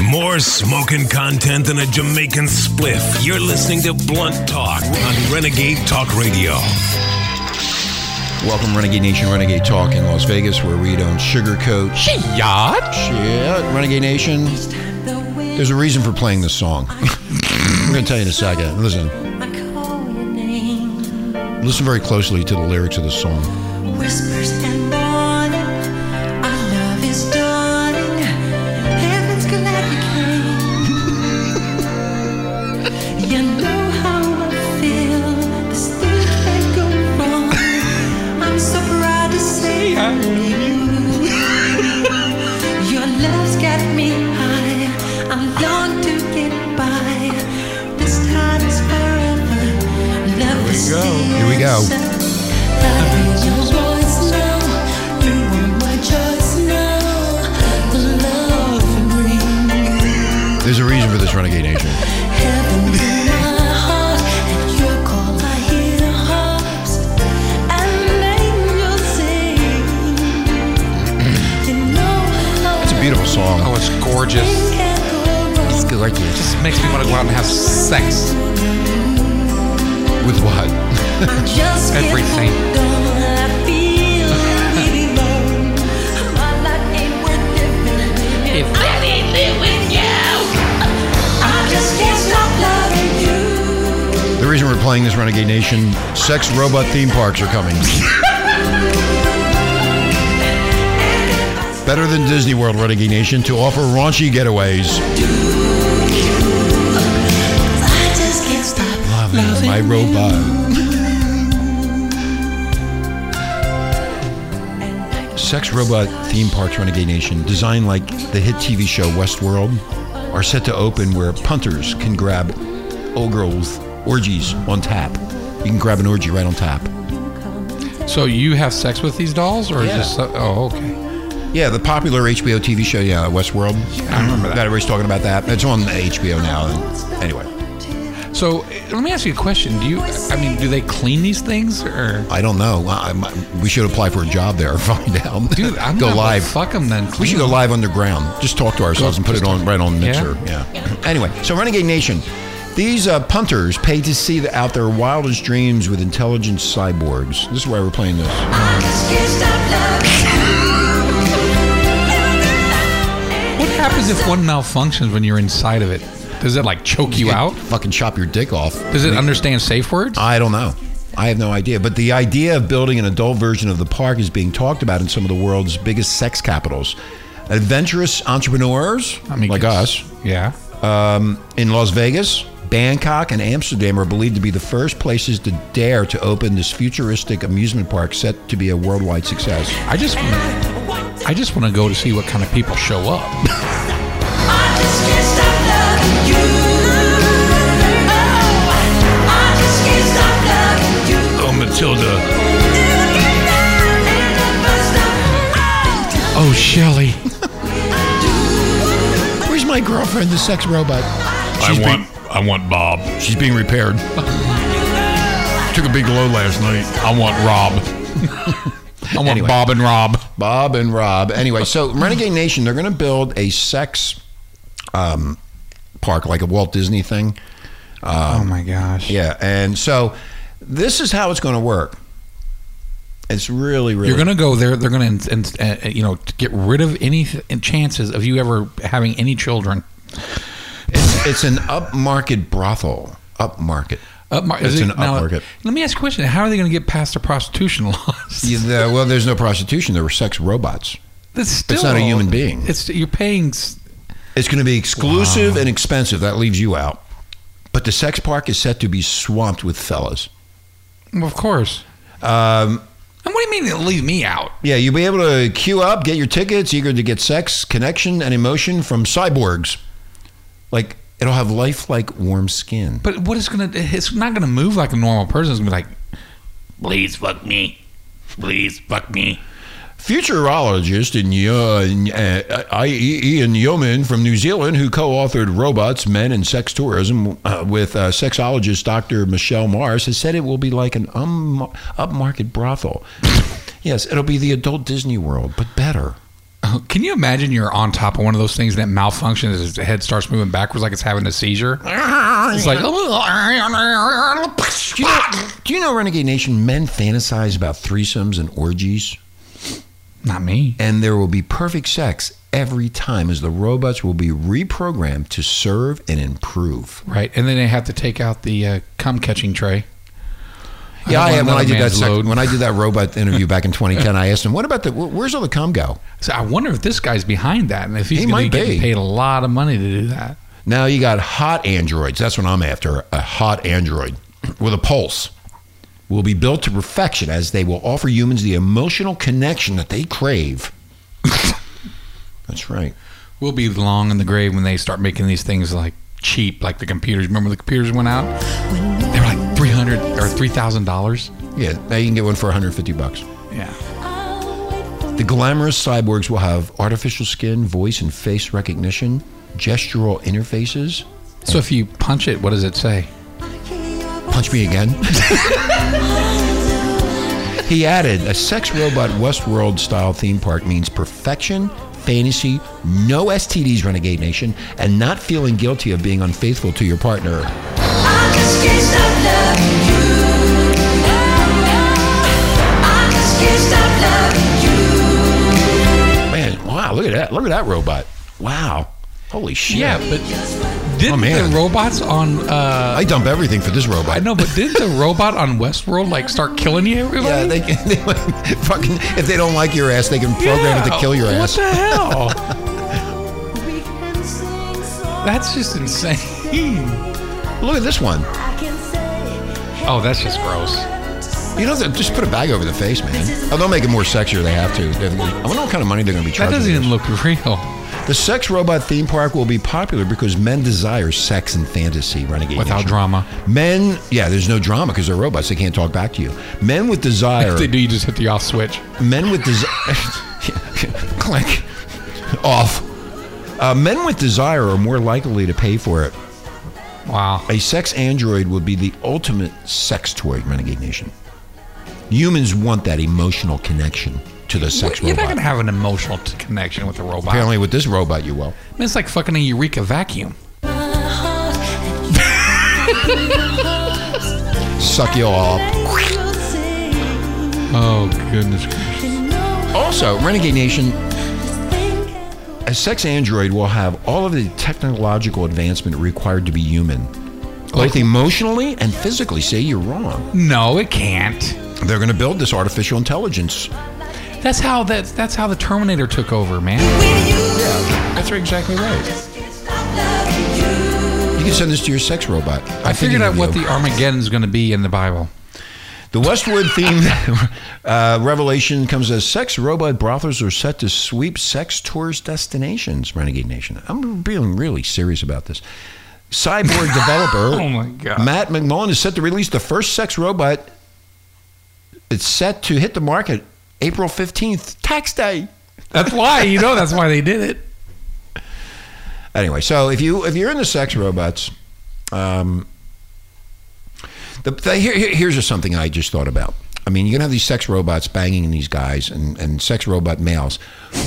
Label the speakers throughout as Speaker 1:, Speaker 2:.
Speaker 1: More smoking content than a Jamaican spliff. You're listening to Blunt Talk on Renegade Talk Radio.
Speaker 2: Welcome, Renegade Nation, Renegade Talk in Las Vegas, where we don't sugarcoat shit. Renegade Nation, there's a reason for playing this song. I'm going to tell you in a second. Listen,
Speaker 3: I call your name,
Speaker 2: listen very closely to the lyrics of the song.
Speaker 3: whispers and warning. Our love is dawning. Heaven's galactic king. you know how I feel. There's things that go wrong. I'm so proud to say I love you. Your love's got me high. I long to get by. This time is forever. Love Here is
Speaker 4: go.
Speaker 3: still
Speaker 2: Here we go.
Speaker 3: so
Speaker 2: There's a reason for this, Renegade Nation. It's a beautiful song.
Speaker 4: Oh, it's gorgeous. Just makes me want to go out and have sex.
Speaker 2: With what?
Speaker 4: Everything.
Speaker 3: If I didn't live with you, I just can't stop loving you.
Speaker 2: The reason we're playing this, Renegade Nation, sex robot theme parks are coming. Better than Disney World, Renegade Nation, to offer raunchy getaways.
Speaker 3: I just can't stop
Speaker 2: Loving my robot. Sex robot theme parks, Renegade Nation, designed like the hit TV show Westworld, are set to open where punters can grab old girls' orgies on tap. You can grab an orgy right on tap.
Speaker 4: So you have sex with these dolls, or is this? Oh, okay.
Speaker 2: Yeah, the popular HBO TV show, yeah, Westworld. I remember that. Everybody's talking about that. It's on HBO now. and- Anyway,
Speaker 4: So eh, let me ask you a question. Do you? I mean, do they clean these things, or
Speaker 2: I don't know. I, I- we should apply for a job there. Find out.
Speaker 4: dude? I'm
Speaker 2: go
Speaker 4: gonna
Speaker 2: live.
Speaker 4: Fuck them then.
Speaker 2: We should go live underground. Just talk to ourselves and put it on right on mixer. Yeah. anyway, so Renegade Nation, these uh, punters pay to see the, out their wildest dreams with intelligent cyborgs. This is why we're playing this.
Speaker 3: I just can't stop loving
Speaker 4: What happens if one malfunctions when you're inside of it? Does it like choke you out?
Speaker 2: Fucking chop your dick off.
Speaker 4: Does it understand safe words?
Speaker 2: I don't know. I have no idea. But the idea of building an adult version of the park is being talked about in some of the world's biggest sex capitals. Adventurous entrepreneurs like
Speaker 4: it's-
Speaker 2: us
Speaker 4: Yeah.
Speaker 2: um, in Las Vegas, Bangkok, and Amsterdam are believed to be the first places to dare to open this futuristic amusement park set to be a worldwide success.
Speaker 4: I just, I just want to go to see what kind of people show up.
Speaker 3: I just can't stop loving you. Oh, I just can't stop loving you.
Speaker 1: Oh, Matilda.
Speaker 4: Oh, Shelly.
Speaker 2: Where's my girlfriend, the sex robot?
Speaker 1: I want I want Bob.
Speaker 2: She's being repaired.
Speaker 1: Took a big load last night. I want Rob.
Speaker 4: I want Bob and Rob.
Speaker 2: Bob and Rob. Anyway, so Renegade Nation, they're going to build a sex um, park, like a Walt Disney thing.
Speaker 4: oh my gosh.
Speaker 2: Yeah, and so this is how it's going to work. It's really, really.
Speaker 4: You're gonna go there. They're gonna, and, and, uh, you know, to get rid of any th- chances of you ever having any children.
Speaker 2: it's, it's an upmarket brothel. Upmarket.
Speaker 4: Up mar-
Speaker 2: It's
Speaker 4: is
Speaker 2: an upmarket.
Speaker 4: Let me ask a question. How are they gonna get past the prostitution laws?
Speaker 2: You- the- well, there's no prostitution. There were sex robots.
Speaker 4: That's still,
Speaker 2: not a human being.
Speaker 4: It's you're paying. s-
Speaker 2: It's going to be exclusive and expensive. That leaves you out. But the sex park is set to be swamped with fellas.
Speaker 4: Well, of course.
Speaker 2: Um,
Speaker 4: And what do you mean they leave me out?
Speaker 2: Yeah, you'll be able to queue up, get your tickets, eager to get sex, connection, and emotion from cyborgs. Like, it'll have lifelike warm skin.
Speaker 4: But what is gonna? It's not gonna move like a normal person. It's gonna be like,
Speaker 5: Please fuck me. Please fuck me.
Speaker 2: Futurologist and Yo- uh, IEE and Yeoman from New Zealand, who co authored Robots, Men, and Sex Tourism uh, with uh, sexologist Dr. Michelle Mars, has said it will be like an um, upmarket brothel. yes, it'll be the adult Disney world, but better.
Speaker 4: Can you imagine you're on top of one of those things and it malfunctions as the head starts moving backwards like it's having a seizure? It's like
Speaker 2: Do you, know, do you know, Renegade Nation, men fantasize about threesomes and orgies,
Speaker 4: not me.
Speaker 2: and there will be perfect sex every time as the robots will be reprogrammed to serve and improve.
Speaker 4: Right. And then they have to take out the uh, cum catching tray.
Speaker 2: Yeah,
Speaker 4: don't
Speaker 2: I,
Speaker 4: want
Speaker 2: when I
Speaker 4: another
Speaker 2: did that
Speaker 4: man's
Speaker 2: sec-
Speaker 4: load.
Speaker 2: when I did that robot interview back in 2010, I asked him, "What about the wh- where's all the cum go?"
Speaker 4: So I wonder if this guy's behind that and if he's
Speaker 2: He
Speaker 4: going
Speaker 2: might
Speaker 4: to be getting
Speaker 2: be.
Speaker 4: paid a lot of money to do that.
Speaker 2: Now you got hot androids. That's what I'm after. A hot android with a pulse will be built to perfection as they will offer humans the emotional connection that they crave. That's right.
Speaker 4: We'll be long in the grave when they start making these things like cheap, like the computers. Remember the computers went out? They were like three hundred or three thousand dollars.
Speaker 2: Yeah, now you can get one for 150 bucks.
Speaker 4: Yeah.
Speaker 2: The glamorous cyborgs will have artificial skin, voice and face recognition, gestural interfaces.
Speaker 4: So if you punch it, what does it say?
Speaker 2: Punch me again. he added, a sex robot Westworld style theme park means perfection, fantasy, no STDs, Renegade Nation, and not feeling guilty of being unfaithful to your partner.
Speaker 3: Oh,
Speaker 2: Man, wow, look at that. Look at that robot. Wow. Holy shit.
Speaker 4: Yeah, but
Speaker 2: Oh,
Speaker 4: didn't
Speaker 2: man.
Speaker 4: the robots on? uh
Speaker 2: I dump everything for this robot.
Speaker 4: I know, but didn't the robot on Westworld like start killing you? Everybody?
Speaker 2: Yeah, they, can- they fucking if they don't like your ass, they can program it to
Speaker 4: Yeah,
Speaker 2: kill your ass.
Speaker 4: What the hell? That's just insane.
Speaker 2: Look at this one.
Speaker 4: Oh, that's just gross.
Speaker 2: You know, just put a bag over the face, man. Oh, they'll make it more sexier. They have to. They're- I wonder what kind of money they're going to be
Speaker 4: That
Speaker 2: charging.
Speaker 4: doesn't
Speaker 2: for
Speaker 4: even look real.
Speaker 2: this. the sex robot theme park will be popular because men desire sex and fantasy. Renegade
Speaker 4: Without
Speaker 2: Nation.
Speaker 4: drama.
Speaker 2: Men, yeah, there's no drama because they're robots. They can't talk back to you. Men with desire.
Speaker 4: If they do, you just hit the off switch.
Speaker 2: men with desire. click off. Uh, men with desire are more likely to pay for it.
Speaker 4: Wow.
Speaker 2: A sex android would be the ultimate sex toy, Renegade Nation. Humans want that emotional connection to the sex
Speaker 4: You're not
Speaker 2: robot.
Speaker 4: gonna have an emotional t- connection with a robot.
Speaker 2: Apparently, with this robot, you will.
Speaker 4: I mean, It's like fucking a Eureka vacuum.
Speaker 2: Suck you all
Speaker 4: uh,
Speaker 2: up.
Speaker 4: Oh goodness. gracious.
Speaker 2: Also, Oh, Renegade Nation, a sex android will have all of the technological advancement required to be human, both emotionally and physically. Say you're wrong.
Speaker 4: No, it can't.
Speaker 2: They're going to build this artificial intelligence.
Speaker 4: That's how that that's how the Terminator took over, man. That's exactly right.
Speaker 2: You can send this to your sex robot.
Speaker 4: I figured out what
Speaker 2: the.
Speaker 4: the Armageddon's going to be in the Bible.
Speaker 2: The Westwood themed uh, revelation comes as sex robot brothels are set to sweep sex tourist destinations, Renegade Nation. I'm being really serious about this. Cyborg developer
Speaker 4: Oh my God.
Speaker 2: Matt McMullen is set to release the first sex robot. It's set to hit the market April 15th, tax day.
Speaker 4: That's why you know that's why they did it.
Speaker 2: Anyway, so if you if you're into sex robots, um, the, the, here, here- here's just something I just thought about. I mean, you're gonna have these sex robots banging these guys and, and sex robot males.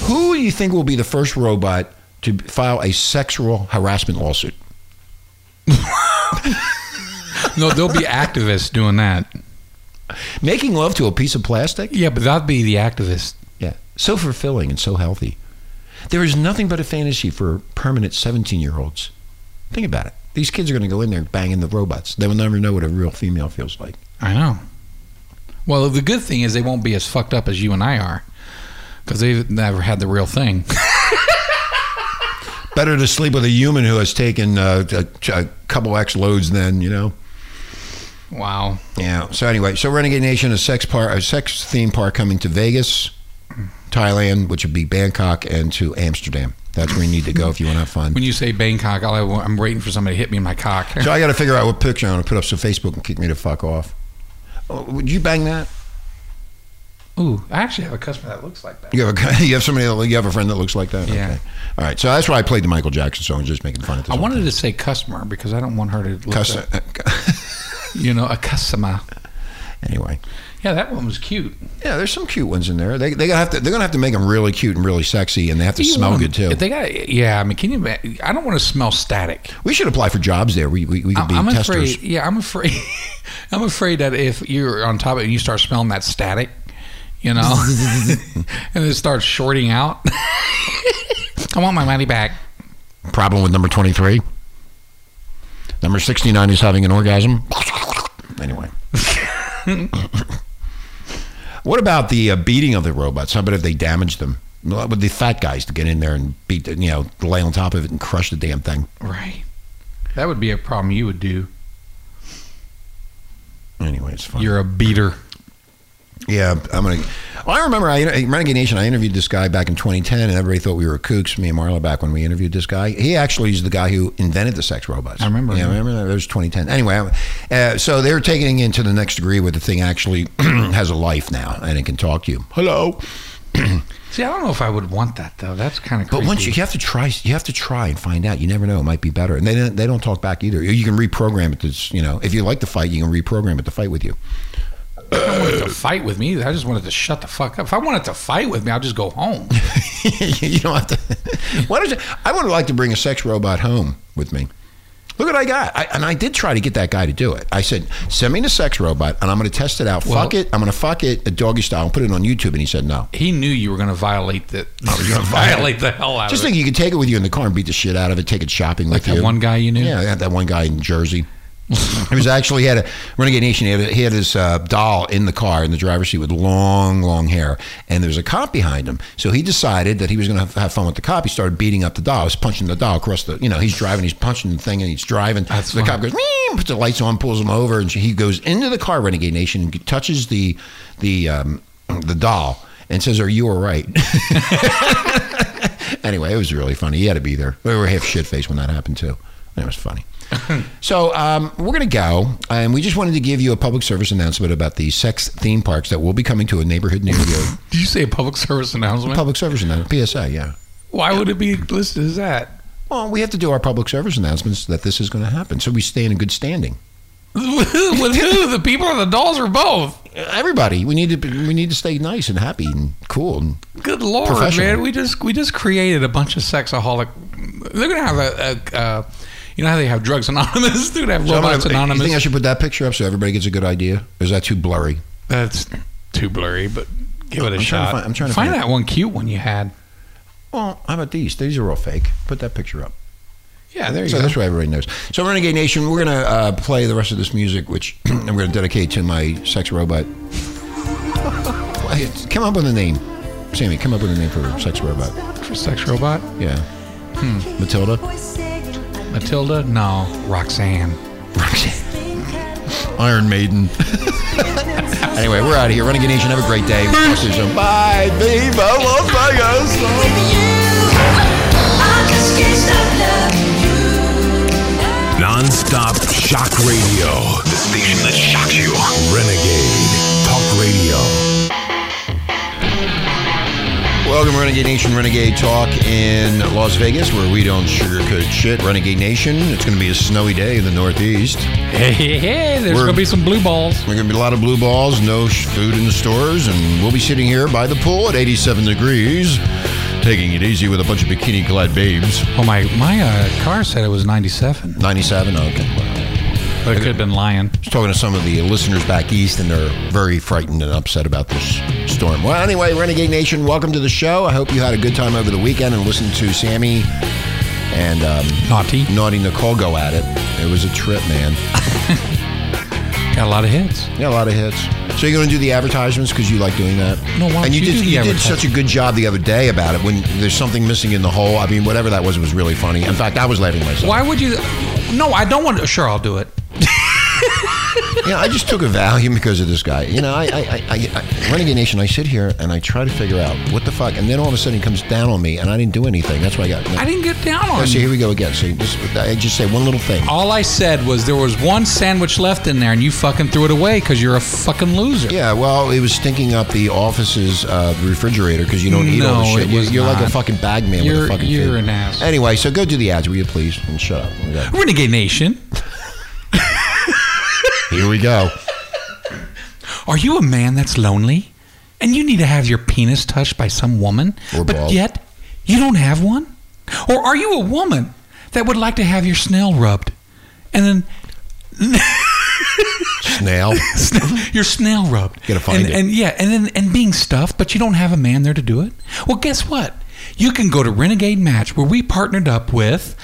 Speaker 2: Who do you think will be the first robot to file a sexual harassment lawsuit?
Speaker 4: No, there'll be activists doing that.
Speaker 2: Making love to a piece of plastic?
Speaker 4: Yeah, but that'd be the activists.
Speaker 2: Yeah, so fulfilling and so healthy. There is nothing but a fantasy for permanent 17 year olds. Think about it. These kids are gonna go in there banging the robots. They will never know what a real female feels like.
Speaker 4: I know. Well, the good thing is they won't be as fucked up as you and I are, because they've never had the real thing.
Speaker 2: better to sleep with a human who has taken uh, a, a couple X loads than you know.
Speaker 4: wow.
Speaker 2: Yeah. So anyway, so Renegade Nation, a sex par, a sex theme park coming to Vegas, Thailand, which would be Bangkok, and to Amsterdam. That's where you need to go if you want to have fun.
Speaker 4: When you say Bangkok, I'll, I'm waiting for somebody to hit me in my cock.
Speaker 2: So I got to figure out what picture I'm going to put up so Facebook can kick me the fuck off. Oh, would you bang that?
Speaker 4: Ooh, I actually have a customer that looks like that.
Speaker 2: You have a guy- you have somebody that, you have a friend that looks like that.
Speaker 4: Yeah.
Speaker 2: All right. So that's why I played the Michael Jackson song, just making fun of this. uh,
Speaker 4: I
Speaker 2: whole
Speaker 4: wanted
Speaker 2: thing.
Speaker 4: to say customer because I don't want her to look
Speaker 2: Cuss-
Speaker 4: you know, a customer.
Speaker 2: Anyway,
Speaker 4: Yeah, that one was cute.
Speaker 2: yeah, there's some cute ones in there. They they gonna have to they're gonna have to make them really cute and really sexy, and they have to
Speaker 4: You
Speaker 2: smell
Speaker 4: want-
Speaker 2: good too.
Speaker 4: They got yeah. I mean, can you? ma- I don't want to smell static.
Speaker 2: we should apply for jobs there. We we, we could
Speaker 4: I'm,
Speaker 2: be
Speaker 4: I'm
Speaker 2: testers.
Speaker 4: afraid. Yeah, I'm afraid. I'm afraid that if you're on top of it and you start smelling that static, you know, and it starts shorting out. I want my money back.
Speaker 2: Problem with number twenty three. Number sixty nine is having an orgasm. Anyway. What about the uh, beating of the robots? How about if they damage them? Well, With the fat guys to get in there and beat, the, you know, lay on top of it and crush the damn thing.
Speaker 4: Right. That would be a problem you would do.
Speaker 2: Anyway, it's fun.
Speaker 4: You're a beater.
Speaker 2: Yeah, I'm gonna. Well, I remember I Renegade Nation. I interviewed this guy back in 2010, and everybody thought we were kooks. Me and Marla back when we interviewed this guy. He actually is the guy who invented the sex robots.
Speaker 4: I remember
Speaker 2: Yeah,
Speaker 4: him.
Speaker 2: remember that? It was 2010. Anyway, I- uh, so they're taking it to the next degree where the thing actually has a life now and it can talk to you. Hello.
Speaker 4: See, I don't know if I would want that though. That's kind of.
Speaker 2: But once you, you have to try, you have to try and find out. You never know; it might be better. And they don't, they don't talk back either. You can reprogram it. To, s- you know, if you like the fight, you can reprogram it to fight with you.
Speaker 4: I don't want it to fight with me. I just wanted to shut the fuck up. If I wanted to fight with me, I'll just go home.
Speaker 2: you don't have to. Why don't you? I would like to bring a sex robot home with me. Look what I got. I, and I did try to get that guy to do it. I said, send me the sex robot and I'm going to test it out.
Speaker 4: Well-
Speaker 2: fuck it. I'm going to fuck it a doggy style and put it on YouTube. And he said, no.
Speaker 4: He knew you were going to violate the. I was
Speaker 2: gonna violate-
Speaker 4: violate the hell out
Speaker 2: Just
Speaker 4: of it.
Speaker 2: think you could take it with you in the car and beat the shit out of it, take it shopping
Speaker 4: Like
Speaker 2: with
Speaker 4: that
Speaker 2: you.
Speaker 4: one guy you knew?
Speaker 2: Yeah, that- that one guy in Jersey. he was actually he had a renegade nation. He had, he had his uh, doll in the car in the driver's seat with long, long hair, and there was a cop behind him. So he decided that he was going to have, have fun with the cop. He started beating up the doll. He's punching the doll across the. You know, he's driving. He's punching the thing, and he's driving.
Speaker 4: That's
Speaker 2: So the cop
Speaker 4: funny.
Speaker 2: goes, "Meow," puts the lights on, pulls him over, and she- he goes into the car. Renegade nation and touches the the um, the doll and says, "Are you all right?" anyway, it was really funny. He had to be there. We were half shit faced when that happened too. It was funny. so um, we're going to go, and we just wanted to give you a public service announcement about the sex theme parks that will be coming to a neighborhood near you.
Speaker 4: Did you say a public service announcement?
Speaker 2: public service announcement, PSA, yeah.
Speaker 4: Why would it be listed as that?
Speaker 2: Well, we have to do our public service announcements that this is going to happen, so we stay in good standing.
Speaker 4: With who? The people or the dolls or both?
Speaker 2: Everybody, we need to be- we need to stay nice and happy and cool. And
Speaker 4: Good lord,
Speaker 2: Professional.
Speaker 4: man! We just we just created a bunch of sexaholic. They're gonna have a, a uh, you know how they have Drugs Anonymous? Dude, have
Speaker 2: So I'm
Speaker 4: Robots
Speaker 2: gonna- You think I
Speaker 4: Anonymous.
Speaker 2: should put that picture up so everybody gets a good idea? Or is that too blurry?
Speaker 4: That's too blurry, but give it a
Speaker 2: I'm trying to
Speaker 4: shot.
Speaker 2: find- I'm trying to
Speaker 4: find,
Speaker 2: find-
Speaker 4: that one cute one you had.
Speaker 2: Well, how about these? These are all fake. Put that picture up.
Speaker 4: Yeah, there you
Speaker 2: so
Speaker 4: go.
Speaker 2: that's why everybody knows. So, Renegade Nation, we're going to uh, play the rest of this music, which I'm going to dedicate to my sex robot. Why- come up with a name. Sammy, come up with a name for sex robot.
Speaker 4: For sex robot,
Speaker 2: Yeah. Hmm, Matilda?
Speaker 4: Matilda. No, Roxanne.
Speaker 2: Iron Maiden. anyway, we're out of here. Renegade Nation, have a great day. We'll see you soon. Bye. Viva Las Vegas.
Speaker 1: Non-stop shock radio. The station that shocks you. Renegade Talk Radio.
Speaker 2: Welcome, Renegade Nation, Renegade Talk in Las Vegas, where we don't sugarcoat shit. Renegade Nation, it's going to be a snowy day in the Northeast.
Speaker 4: Hey, hey, hey! There's
Speaker 2: We're-
Speaker 4: gonna be some blue balls.
Speaker 2: We're going to be a lot of blue balls, no sh- food in the stores, and we'll be sitting here by the pool at 87 degrees, taking it easy with a bunch of bikini clad babes.
Speaker 4: Well, Oh, my my uh, car said it was 97,
Speaker 2: 97, okay. Wow.
Speaker 4: but it could have been lying.
Speaker 2: Just talking to some of the listeners back east, and they're very frightened and upset about this storm. Well, anyway, Renegade Nation, welcome to the show. I hope you had a good time over the weekend and listened to Sammy and. Um,
Speaker 4: Naughty.
Speaker 2: Naughty Nicole go at it. It was a trip, man.
Speaker 4: Got a lot of hits.
Speaker 2: Yeah, a lot of hits. So you're going to do the advertisements because you like doing that.
Speaker 4: No, why don't
Speaker 2: and you,
Speaker 4: you
Speaker 2: did
Speaker 4: do the
Speaker 2: you did
Speaker 4: advertisement?
Speaker 2: such a good job the other day about it. When there's something missing in the hole, I mean, whatever that was, it was really funny. In fact, I was laughing myself.
Speaker 4: Why would you? No, I don't want to. Sure, I'll do it.
Speaker 2: Yeah, I just took a value because of this guy. You know, I, I, I, I, I Renegade Nation. I sit here and I try to figure out what the fuck, and then all of a sudden it comes down on me, and I didn't do anything. That's why I got.
Speaker 4: I didn't get down
Speaker 2: Oh,
Speaker 4: on
Speaker 2: see,
Speaker 4: you.
Speaker 2: here we go again. See, this, I just say one little thing.
Speaker 4: All I said was there was one sandwich left in there, and you fucking threw it away because you're a fucking loser.
Speaker 2: Yeah, well, it was stinking up the office's uh, refrigerator because you don't eat all
Speaker 4: No,
Speaker 2: the shit.
Speaker 4: it
Speaker 2: You-
Speaker 4: was
Speaker 2: you're like a
Speaker 4: not.
Speaker 2: fucking bag man with
Speaker 4: You're-
Speaker 2: a fucking
Speaker 4: you're
Speaker 2: food.
Speaker 4: an ass.
Speaker 2: Anyway, so go do the ads, will you please? And shut up. We got-
Speaker 4: Renegade Nation.
Speaker 2: Here we go.
Speaker 4: Are you a man that's lonely and you need to have your penis touched by some woman,
Speaker 2: Or
Speaker 4: but
Speaker 2: bald.
Speaker 4: yet you don't have one? Or are you a woman that would like to have your snail rubbed and then
Speaker 2: Snail.
Speaker 4: Sna- your snail rubbed.
Speaker 2: Gotta find
Speaker 4: and,
Speaker 2: it.
Speaker 4: And yeah, and then and being stuffed, but you don't have a man there to do it. Well, guess what? You can go to Renegade Match where we partnered up with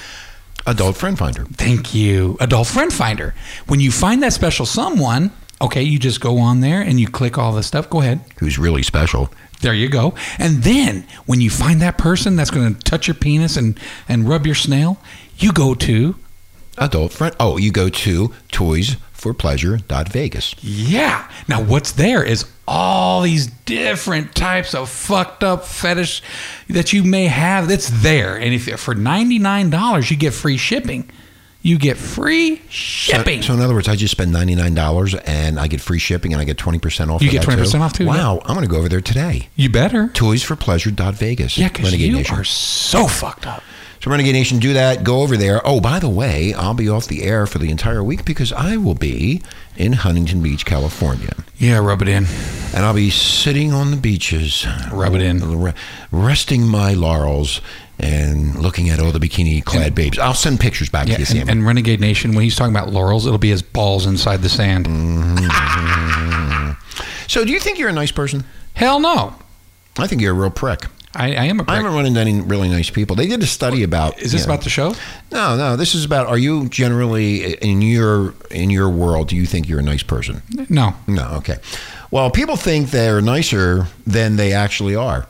Speaker 2: Adult friend finder.
Speaker 4: thank you, Adult Friend Finder. When you find that special someone, okay, you just go on there and you click all the stuff. Go ahead.
Speaker 2: Who's really special.
Speaker 4: There you go. And then when you find that person that's going to touch your penis and and rub your snail, you go to
Speaker 2: Adult friend. Oh, you go to toysforpleasure.vegas.
Speaker 4: Yeah. Now, what's there is all these different types of fucked up fetish that you may have that's there. And if for $99, you get free shipping. You get free
Speaker 2: So,
Speaker 4: shipping.
Speaker 2: so in other words, I just spend ninety nine dollars and I get free shipping and I get twenty percent off.
Speaker 4: You
Speaker 2: for
Speaker 4: get
Speaker 2: that,
Speaker 4: 20% off, too,
Speaker 2: Wow, I'm gonna go over there today.
Speaker 4: you better.
Speaker 2: Toysforpleasure.vegas.
Speaker 4: Yeah, because
Speaker 2: Renegade
Speaker 4: you
Speaker 2: Nation.
Speaker 4: are so fucked up.
Speaker 2: So Renegade Nation, do that. Go over there. Oh, by the way, I'll be off the air for the entire week because I will be in Huntington Beach, California,
Speaker 4: Yeah, rub it in.
Speaker 2: and I'll be sitting on the beaches,
Speaker 4: Rub it in.
Speaker 2: re- resting my laurels and looking at all the bikini-clad babes. I'll send pictures back
Speaker 4: Yeah,
Speaker 2: to you, Sam.
Speaker 4: and, and Renegade Nation, when he's talking about laurels, it'll be his balls inside the sand.
Speaker 2: Mm. so, do you think you're a nice person?
Speaker 4: Hell no.
Speaker 2: I think you're a real prick.
Speaker 4: I, I am a
Speaker 2: I
Speaker 4: prick.
Speaker 2: haven't run into any really nice people. They did a study about.
Speaker 4: Is this
Speaker 2: you know-
Speaker 4: about the show?
Speaker 2: No, no. This is about. Are you generally in your in your world? Do you think you're a nice person?
Speaker 4: No.
Speaker 2: No, okay. Well, people think they're nicer than they actually are.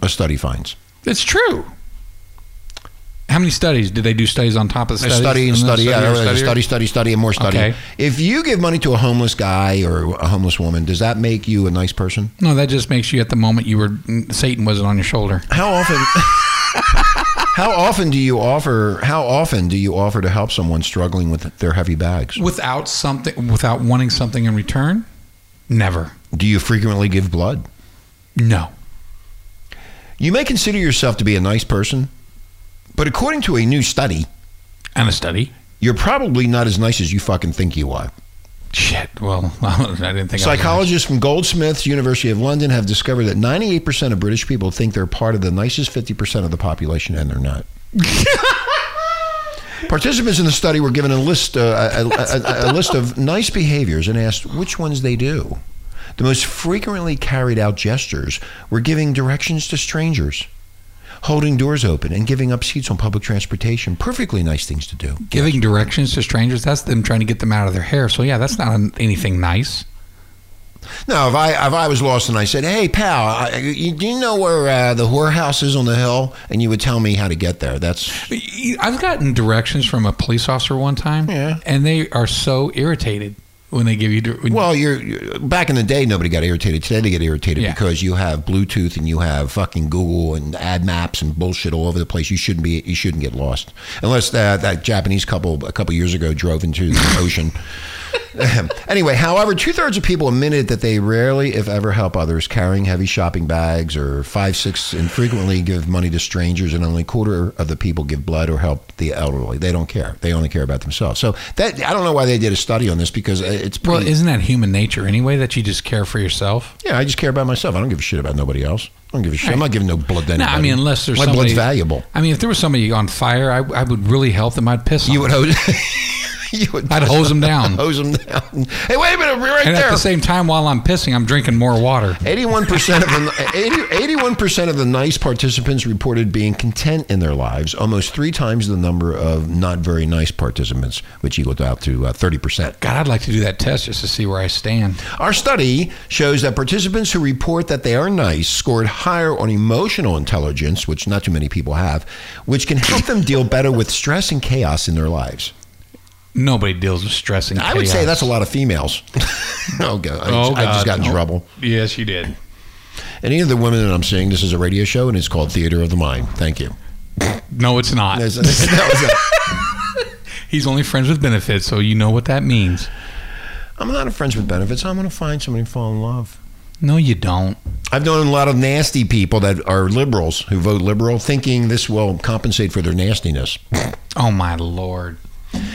Speaker 2: A study finds.
Speaker 4: It's true. How many studies did they do? Studies on top of
Speaker 2: A
Speaker 4: studies?
Speaker 2: study and
Speaker 4: then
Speaker 2: study, yeah,
Speaker 4: or
Speaker 2: study, study, study, study, and more study.
Speaker 4: Okay.
Speaker 2: If you give money to a homeless guy or a homeless woman, does that make you a nice person?
Speaker 4: No, that just makes you at the moment you were Satan wasn't on your shoulder.
Speaker 2: How often? how often do you offer? How often do you offer to help someone struggling with their heavy bags?
Speaker 4: Without something, without wanting something in return, never.
Speaker 2: Do you frequently give blood?
Speaker 4: No.
Speaker 2: You may consider yourself to be a nice person, but according to a new study,
Speaker 4: And a study.
Speaker 2: you're probably not as nice as you fucking think you are.
Speaker 4: Shit. Well, I didn't think. I was nice.
Speaker 2: Psychologists from Goldsmiths, University of London, have discovered that 98% of British people think they're part of the nicest 50% of the population, and they're not. Participants in the study were given a list, uh, a, a- a- a list of nice behaviors and asked which ones they do. The most frequently carried out gestures were giving directions to strangers, holding doors open, and giving up seats on public transportation. Perfectly nice things to do.
Speaker 4: Giving directions to strangers, that's them trying to get them out of their hair. So, yeah, that's not an- anything nice.
Speaker 2: No, if I if I was lost and I said, "Hey, pal, I, you, do you know where uh, the whorehouse is on the hill?" and you would tell me how to get there, that's
Speaker 4: I've gotten directions from a police officer one time,
Speaker 2: Yeah.
Speaker 4: and they are so irritated when they give you. dir- When
Speaker 2: well, you're, you're back in the day. Nobody got irritated. Today they get irritated
Speaker 4: Yeah.
Speaker 2: because you have Bluetooth and you have fucking Google and ad maps and bullshit all over the place. You shouldn't be. You shouldn't get lost unless that that Japanese couple a couple years ago drove into the ocean. anyway, however, two thirds of people admitted that they rarely, if ever, help others carrying heavy shopping bags or five, six, and frequently give money to strangers, and only a quarter of the people give blood or help the elderly. They don't care. They only care about themselves. So that I don't know why they did a study on this because it's
Speaker 4: well,
Speaker 2: pretty,
Speaker 4: isn't that human nature anyway that you just care for yourself?
Speaker 2: yeah. I just care about myself. I don't give a shit about nobody else. I don't give a shit. I'm not giving no blood to
Speaker 4: No,
Speaker 2: anybody.
Speaker 4: I mean unless there's
Speaker 2: my
Speaker 4: somebody,
Speaker 2: blood's valuable.
Speaker 4: I mean, if there was somebody on fire, I, I would really help them. I'd piss.
Speaker 2: You
Speaker 4: on
Speaker 2: would hose. you would
Speaker 4: I'd hose them down.
Speaker 2: hose them down. Hey, wait a minute! We're right
Speaker 4: and
Speaker 2: there.
Speaker 4: at the same time, while I'm pissing, I'm drinking more water.
Speaker 2: 81% of the 81 percent of the nice participants reported being content in their lives, almost three times the number of not very nice participants, which equaled out to uh, 30%.
Speaker 4: God, I'd like to do that test just to see where I stand.
Speaker 2: Our study shows that participants who report that they are nice scored higher on emotional intelligence, which not too many people have, which can help them deal better with stress and chaos in their lives.
Speaker 4: Nobody deals with stress and
Speaker 2: I would say
Speaker 4: chaos.
Speaker 2: that's a lot of females. oh, God. I,
Speaker 4: Oh,
Speaker 2: I just got
Speaker 4: God,
Speaker 2: in
Speaker 4: no.
Speaker 2: trouble.
Speaker 4: Yes, you did.
Speaker 2: Any of the women that I'm seeing, this is a radio show and it's called Theater of the Mind. Thank you.
Speaker 4: No, it's not.
Speaker 2: There's- that was it.
Speaker 4: He's only friends with benefits, so you know what that means.
Speaker 2: I'm not a friends with benefits. I'm going to find somebody and fall in love.
Speaker 4: No, you don't.
Speaker 2: I've known a lot of nasty people that are liberals who vote liberal, thinking this will compensate for their nastiness.
Speaker 4: Oh my lord.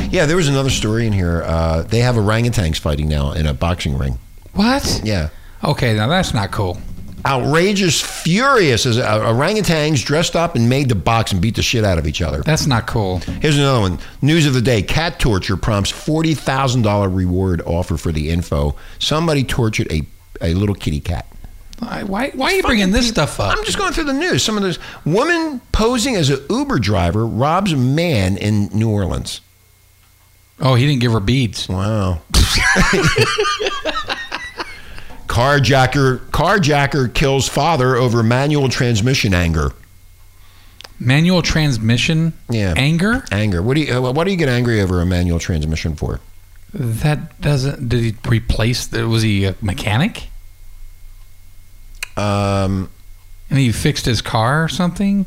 Speaker 2: Yeah, there was another story in here. Uh, they have orangutans fighting now in a boxing ring.
Speaker 4: What?
Speaker 2: Yeah.
Speaker 4: Okay, now that's not cool.
Speaker 2: Outrageous, furious as uh, orangutans dressed up and made to box and beat the shit out of each other.
Speaker 4: That's not cool.
Speaker 2: Here's another one. News of the day: Cat torture prompts forty thousand dollar reward offer for the info. Somebody tortured a a little kitty cat.
Speaker 4: I- Why, why are you bringing this stuff up?
Speaker 2: I'm just going through the news. Some of this woman posing as an Uber driver robs a man in New Orleans.
Speaker 4: Oh, he didn't give her beads.
Speaker 2: Wow. carjacker carjacker kills father over manual transmission anger.
Speaker 4: Manual transmission?
Speaker 2: Yeah.
Speaker 4: Anger?
Speaker 2: Anger. What do you uh, what do you get angry over a manual transmission for?
Speaker 4: That doesn't. Did he replace. The, was he a mechanic?
Speaker 2: Um
Speaker 4: And he fixed his car or something?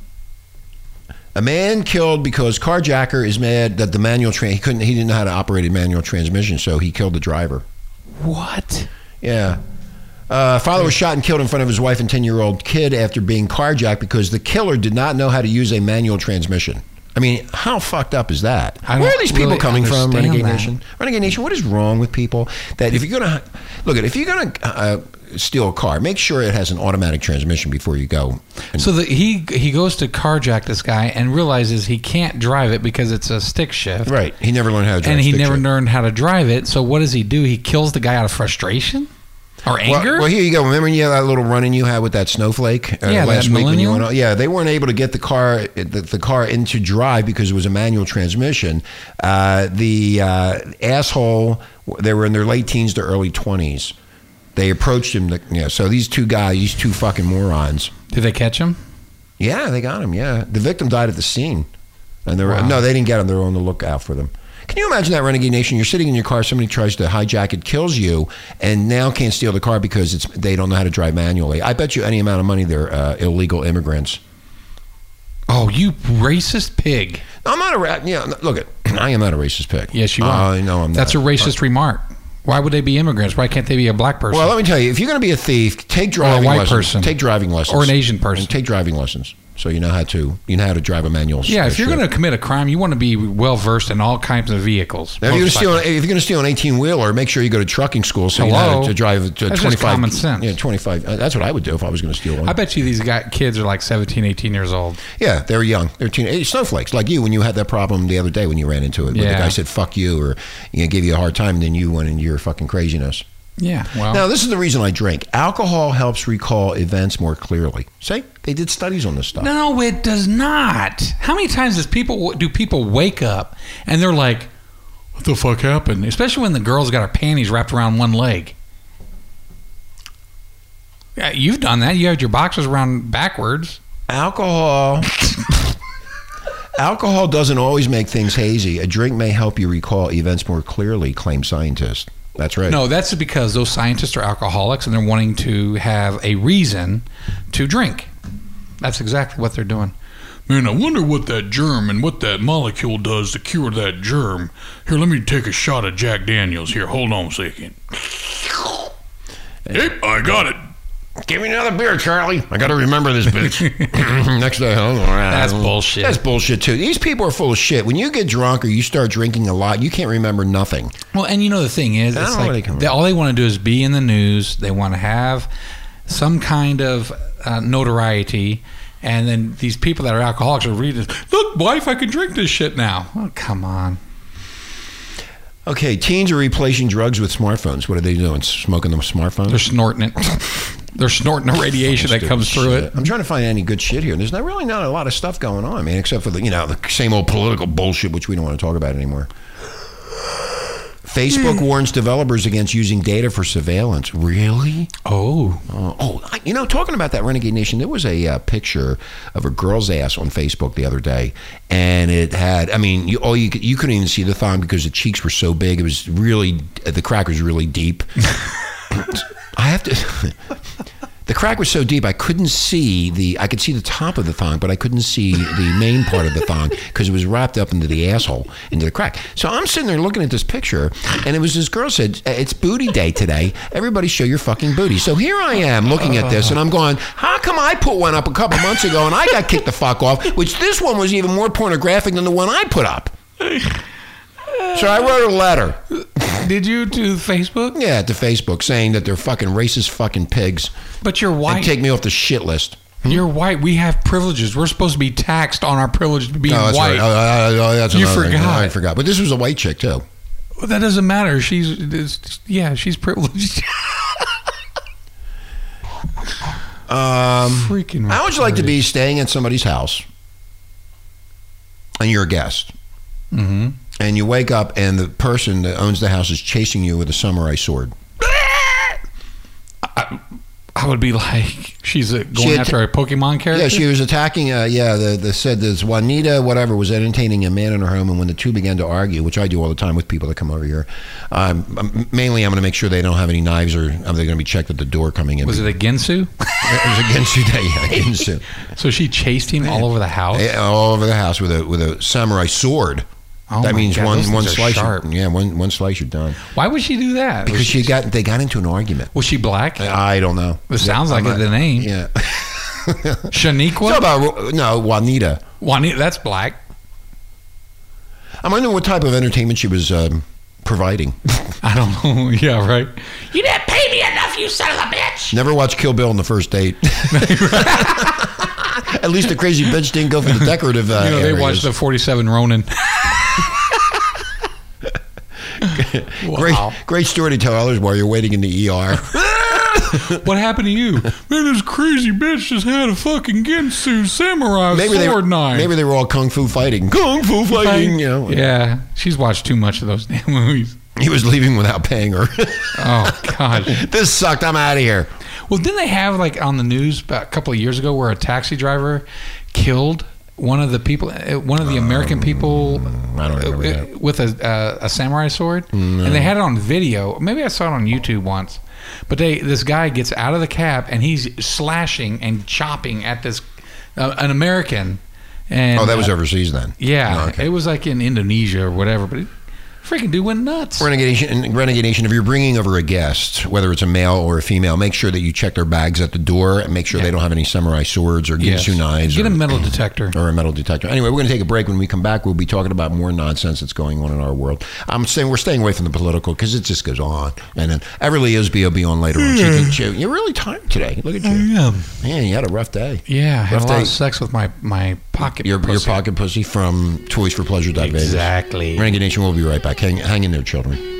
Speaker 2: A man killed because carjacker is mad that the manual train he couldn't he didn't know how to operate a manual transmission, so he killed the driver.
Speaker 4: What?
Speaker 2: Yeah. Uh, father was shot and killed in front of his wife and ten year old kid after being carjacked because the killer did not know how to use a manual transmission. I mean, how fucked up is that?
Speaker 4: I
Speaker 2: Where are
Speaker 4: don't
Speaker 2: these people
Speaker 4: really
Speaker 2: coming from,
Speaker 4: understand
Speaker 2: Renegade
Speaker 4: that.
Speaker 2: Nation? Renegade Nation, what is wrong with people that if you're gonna look at if you're gonna uh, steal a car, make sure it has an automatic transmission before you go. And-
Speaker 4: So the, he he goes to carjack this guy and realizes he can't drive it because it's a stick shift.
Speaker 2: right, he never learned how to. Drive
Speaker 4: And he
Speaker 2: stick
Speaker 4: never
Speaker 2: shift.
Speaker 4: learned how to drive it. So what does he do? He kills the guy out of frustration or
Speaker 2: Well-
Speaker 4: anger.
Speaker 2: Well, here you go. Remember you had that little run-in you had with that snowflake uh,
Speaker 4: Yeah, that
Speaker 2: last week when you
Speaker 4: millennial?
Speaker 2: went out? Yeah, they weren't able to get the car the, the car into drive because it was a manual transmission. Uh, the uh, asshole, they were in their late teens to early twenties. They approached him. To, yeah, so these two guys, these two fucking morons.
Speaker 4: Did they catch him?
Speaker 2: Yeah, they got him. Yeah, the victim died at the scene, and they were
Speaker 4: Wow.
Speaker 2: no, they didn't get him. They were on the lookout for them. Can you imagine that renegade nation? You're sitting in your car, somebody tries to hijack it, kills you, and now can't steal the car because it's they don't know how to drive manually. I bet you any amount of money they're uh, illegal immigrants.
Speaker 4: Oh, you racist pig!
Speaker 2: I'm not a ra- yeah. no, Look, it, I am not a racist pick.
Speaker 4: Yes, you are.
Speaker 2: Oh, I know I'm
Speaker 4: That's
Speaker 2: not.
Speaker 4: a racist remark. Why would they be immigrants? Why can't they be a black person?
Speaker 2: Well, let me tell you, if you're going to be a thief, take driving
Speaker 4: white
Speaker 2: lessons.
Speaker 4: person.
Speaker 2: Take driving lessons,
Speaker 4: Or an Asian person.
Speaker 2: And take driving lessons, so you know how to you know how to drive a manual.
Speaker 4: yeah, if you're
Speaker 2: shift.
Speaker 4: going to commit a crime, you want to be well versed in all kinds of vehicles.
Speaker 2: Now, if you're gonna
Speaker 4: Motorcycles.
Speaker 2: steal, if you're going to steal an 18 wheeler, make sure you go to trucking school so you know how
Speaker 4: Hello?
Speaker 2: to, to drive to
Speaker 4: That's just
Speaker 2: 25.
Speaker 4: common sense.
Speaker 2: Yeah, 25. Uh, That's what I would do if I was going to steal one.
Speaker 4: I bet you these guy, kids are like 17, 18 years old.
Speaker 2: yeah, they're young. They're teen, eh, snowflakes, like you when you had that problem the other day when you ran into it. Where the
Speaker 4: Yeah.
Speaker 2: guy said "fuck you" or you know, gave you a hard time, and then you went into your fucking craziness.
Speaker 4: Yeah. Well,
Speaker 2: Now, this is the reason I drink. Alcohol helps recall events more clearly. See, they did studies on this stuff.
Speaker 4: No, it does not. How many times does people do people wake up and they're like, "What the fuck happened?" Especially when the girl's got her panties wrapped around one leg. Yeah, you've done that. You had your boxers around backwards.
Speaker 2: Alcohol. Alcohol doesn't always make things hazy. A drink may help you recall events more clearly, claim scientists. That's right.
Speaker 4: No, that's because those scientists are alcoholics and they're wanting to have a reason to drink. That's exactly what they're doing.
Speaker 6: Man, I wonder what that germ and what that molecule does to cure that germ. Here, let me take a shot of Jack Daniels. Here, hold on a second. Yep, I got it.
Speaker 2: Give me another beer, Charlie. I got to remember this bitch. Next day, oh, all right.
Speaker 4: That's bullshit.
Speaker 2: That's bullshit too. These people are full of shit. When you get drunk or you start drinking a lot, you can't remember nothing.
Speaker 4: Well, and you know the thing is,
Speaker 2: I don't
Speaker 4: it's
Speaker 2: know where
Speaker 4: like
Speaker 2: they come
Speaker 4: they, all they want to do is be in the news. They want to have some kind of uh, notoriety, and then these people that are alcoholics are reading, "Look, wife, I can drink this shit now." Oh, come on.
Speaker 2: Okay, teens are replacing drugs with smartphones. What are they doing? Smoking them smartphones?
Speaker 4: They're snorting it. They're snorting the radiation that
Speaker 2: Stupid
Speaker 4: comes through
Speaker 2: shit.
Speaker 4: it.
Speaker 2: I'm trying to find any good shit here. There's not really not a lot of stuff going on, man, except for the you know the same old political bullshit which we don't want to talk about anymore. Facebook warns developers against using data for surveillance. Really?
Speaker 4: Oh,
Speaker 2: Uh, oh, I- you know, talking about that Renegade Nation, there was a uh, picture of a girl's ass on Facebook the other day, and it had, I mean, you, all you could, you couldn't even see the thong because the cheeks were so big. It was really, the crack was really deep. I have to. The crack was so deep, I couldn't see the. I could see the top of the thong, but I couldn't see the main part of the thong because it was wrapped up into the asshole, into the crack. So I'm sitting there looking at this picture, and it was this girl said, "Uh, "It's booty day today. Everybody show your fucking booty." So here I am looking at this, and I'm going, "How come I put one up a couple months ago and I got kicked the fuck off?" Which this one was even more pornographic than the one I put up. So I wrote a letter.
Speaker 4: did you to Facebook?
Speaker 2: Yeah, to Facebook saying that they're fucking racist fucking pigs
Speaker 4: But you're
Speaker 2: and
Speaker 4: white.
Speaker 2: take me off the shit list.
Speaker 4: you're white. We have privileges. We're supposed to be taxed on our privilege to being
Speaker 2: Oh, that's
Speaker 4: white.
Speaker 2: right. Oh, oh, oh, that's
Speaker 4: You
Speaker 2: another thing.
Speaker 4: forgot.
Speaker 2: I forgot. But this was a white chick too.
Speaker 4: Well, that doesn't matter. She's it's, yeah, she's privileged.
Speaker 2: Um,
Speaker 4: Freaking.
Speaker 2: How would you like to be staying at somebody's house and you're a guest
Speaker 4: Mm-hmm.
Speaker 2: and you wake up and the person that owns the house is chasing you with a samurai sword?
Speaker 4: I would be like, she's uh going
Speaker 2: had-
Speaker 4: after a Pokemon character.
Speaker 2: Yeah, she was attacking. Uh, yeah, the, the said this Juanita, whatever, was entertaining a man in her home, and when the two began to argue, which I do all the time with people that come over here, um, um, mainly I'm going to make sure they don't have any knives or um, they're going to be checked at the door coming in.
Speaker 4: was it a Gensu?
Speaker 2: It was against you, yeah, against you.
Speaker 4: So she chased him all over the house.
Speaker 2: Yeah, all over the house with a with a samurai sword.
Speaker 4: Oh
Speaker 2: that
Speaker 4: my
Speaker 2: means
Speaker 4: God, those
Speaker 2: one one
Speaker 4: things are
Speaker 2: slice.
Speaker 4: sharp.
Speaker 2: You're, yeah, one one slice you're done.
Speaker 4: Why would she do that?
Speaker 2: Because
Speaker 4: was,
Speaker 2: she got they got into an argument.
Speaker 4: was she black?
Speaker 2: I don't know.
Speaker 4: It sounds
Speaker 2: I'm
Speaker 4: like it,
Speaker 2: not-
Speaker 4: the name.
Speaker 2: Yeah. What
Speaker 4: Shaniqua?
Speaker 2: about no Juanita?
Speaker 4: Juanita, that's black.
Speaker 2: I'm wondering what type of entertainment she was um, providing.
Speaker 4: I don't know. yeah, right.
Speaker 5: You didn't pay me enough, you son of a bitch!
Speaker 2: Never watched Kill Bill on the first date. At least the crazy bitch didn't go for the decorative. Uh,
Speaker 4: You know, they
Speaker 2: areas.
Speaker 4: watched the 47 Ronin.
Speaker 2: great,
Speaker 4: wow.
Speaker 2: great story to tell others while you're waiting in the ER.
Speaker 4: What happened to you? Man, this crazy bitch just had a fucking Gensu samurai
Speaker 2: Maybe they,
Speaker 4: sword
Speaker 2: were,
Speaker 4: knife.
Speaker 2: maybe they were all kung fu fighting. Kung fu fighting. You know,
Speaker 4: Yeah, she's watched too much of those damn movies.
Speaker 2: he was leaving without paying her.
Speaker 4: Oh God!
Speaker 2: this sucked. I'm out of here. Oh,
Speaker 4: Well, didn't they have like on the news about a couple of years ago where a taxi driver killed one of the people, uh, one of the American people,
Speaker 2: Um, I don't remember
Speaker 4: uh,
Speaker 2: that.
Speaker 4: with a uh, a samurai sword, and they had it on video. Maybe I saw it on YouTube once, but they this guy gets out of the cab and he's slashing and chopping at this uh, an American. And,
Speaker 2: Oh, that was
Speaker 4: uh,
Speaker 2: overseas then.
Speaker 4: yeah.
Speaker 2: Oh, okay.
Speaker 4: It was like in Indonesia or whatever, but it, freaking dude went nuts.
Speaker 2: Renegade Nation, Renegade Nation, if you're bringing over a guest, whether it's a male or a female, make sure that you check their bags at the door and make sure they don't have any samurai swords or
Speaker 4: Yes.
Speaker 2: ginsu knives
Speaker 4: Get
Speaker 2: or,
Speaker 4: a metal detector.
Speaker 2: or a metal detector. Anyway, we're going to take a break. When we come back, we'll be talking about more nonsense that's going on in our world. I'm saying we're staying away from the political because it just goes on. And then Everly Isby will be on later
Speaker 4: Hmm.
Speaker 2: on. She can- she- you're really tired today. Look at you.
Speaker 4: Yeah.
Speaker 2: Man, you had a rough day.
Speaker 4: Yeah, I had
Speaker 2: Rough
Speaker 4: a lot
Speaker 2: day.
Speaker 4: of sex with my my pocket.
Speaker 2: Your, your
Speaker 4: pussy.
Speaker 2: pocket pussy from Toys for Pleasure. Exactly.
Speaker 4: Exactly.
Speaker 2: Renegade Nation, we'll be right back. Hang, hang in there, children.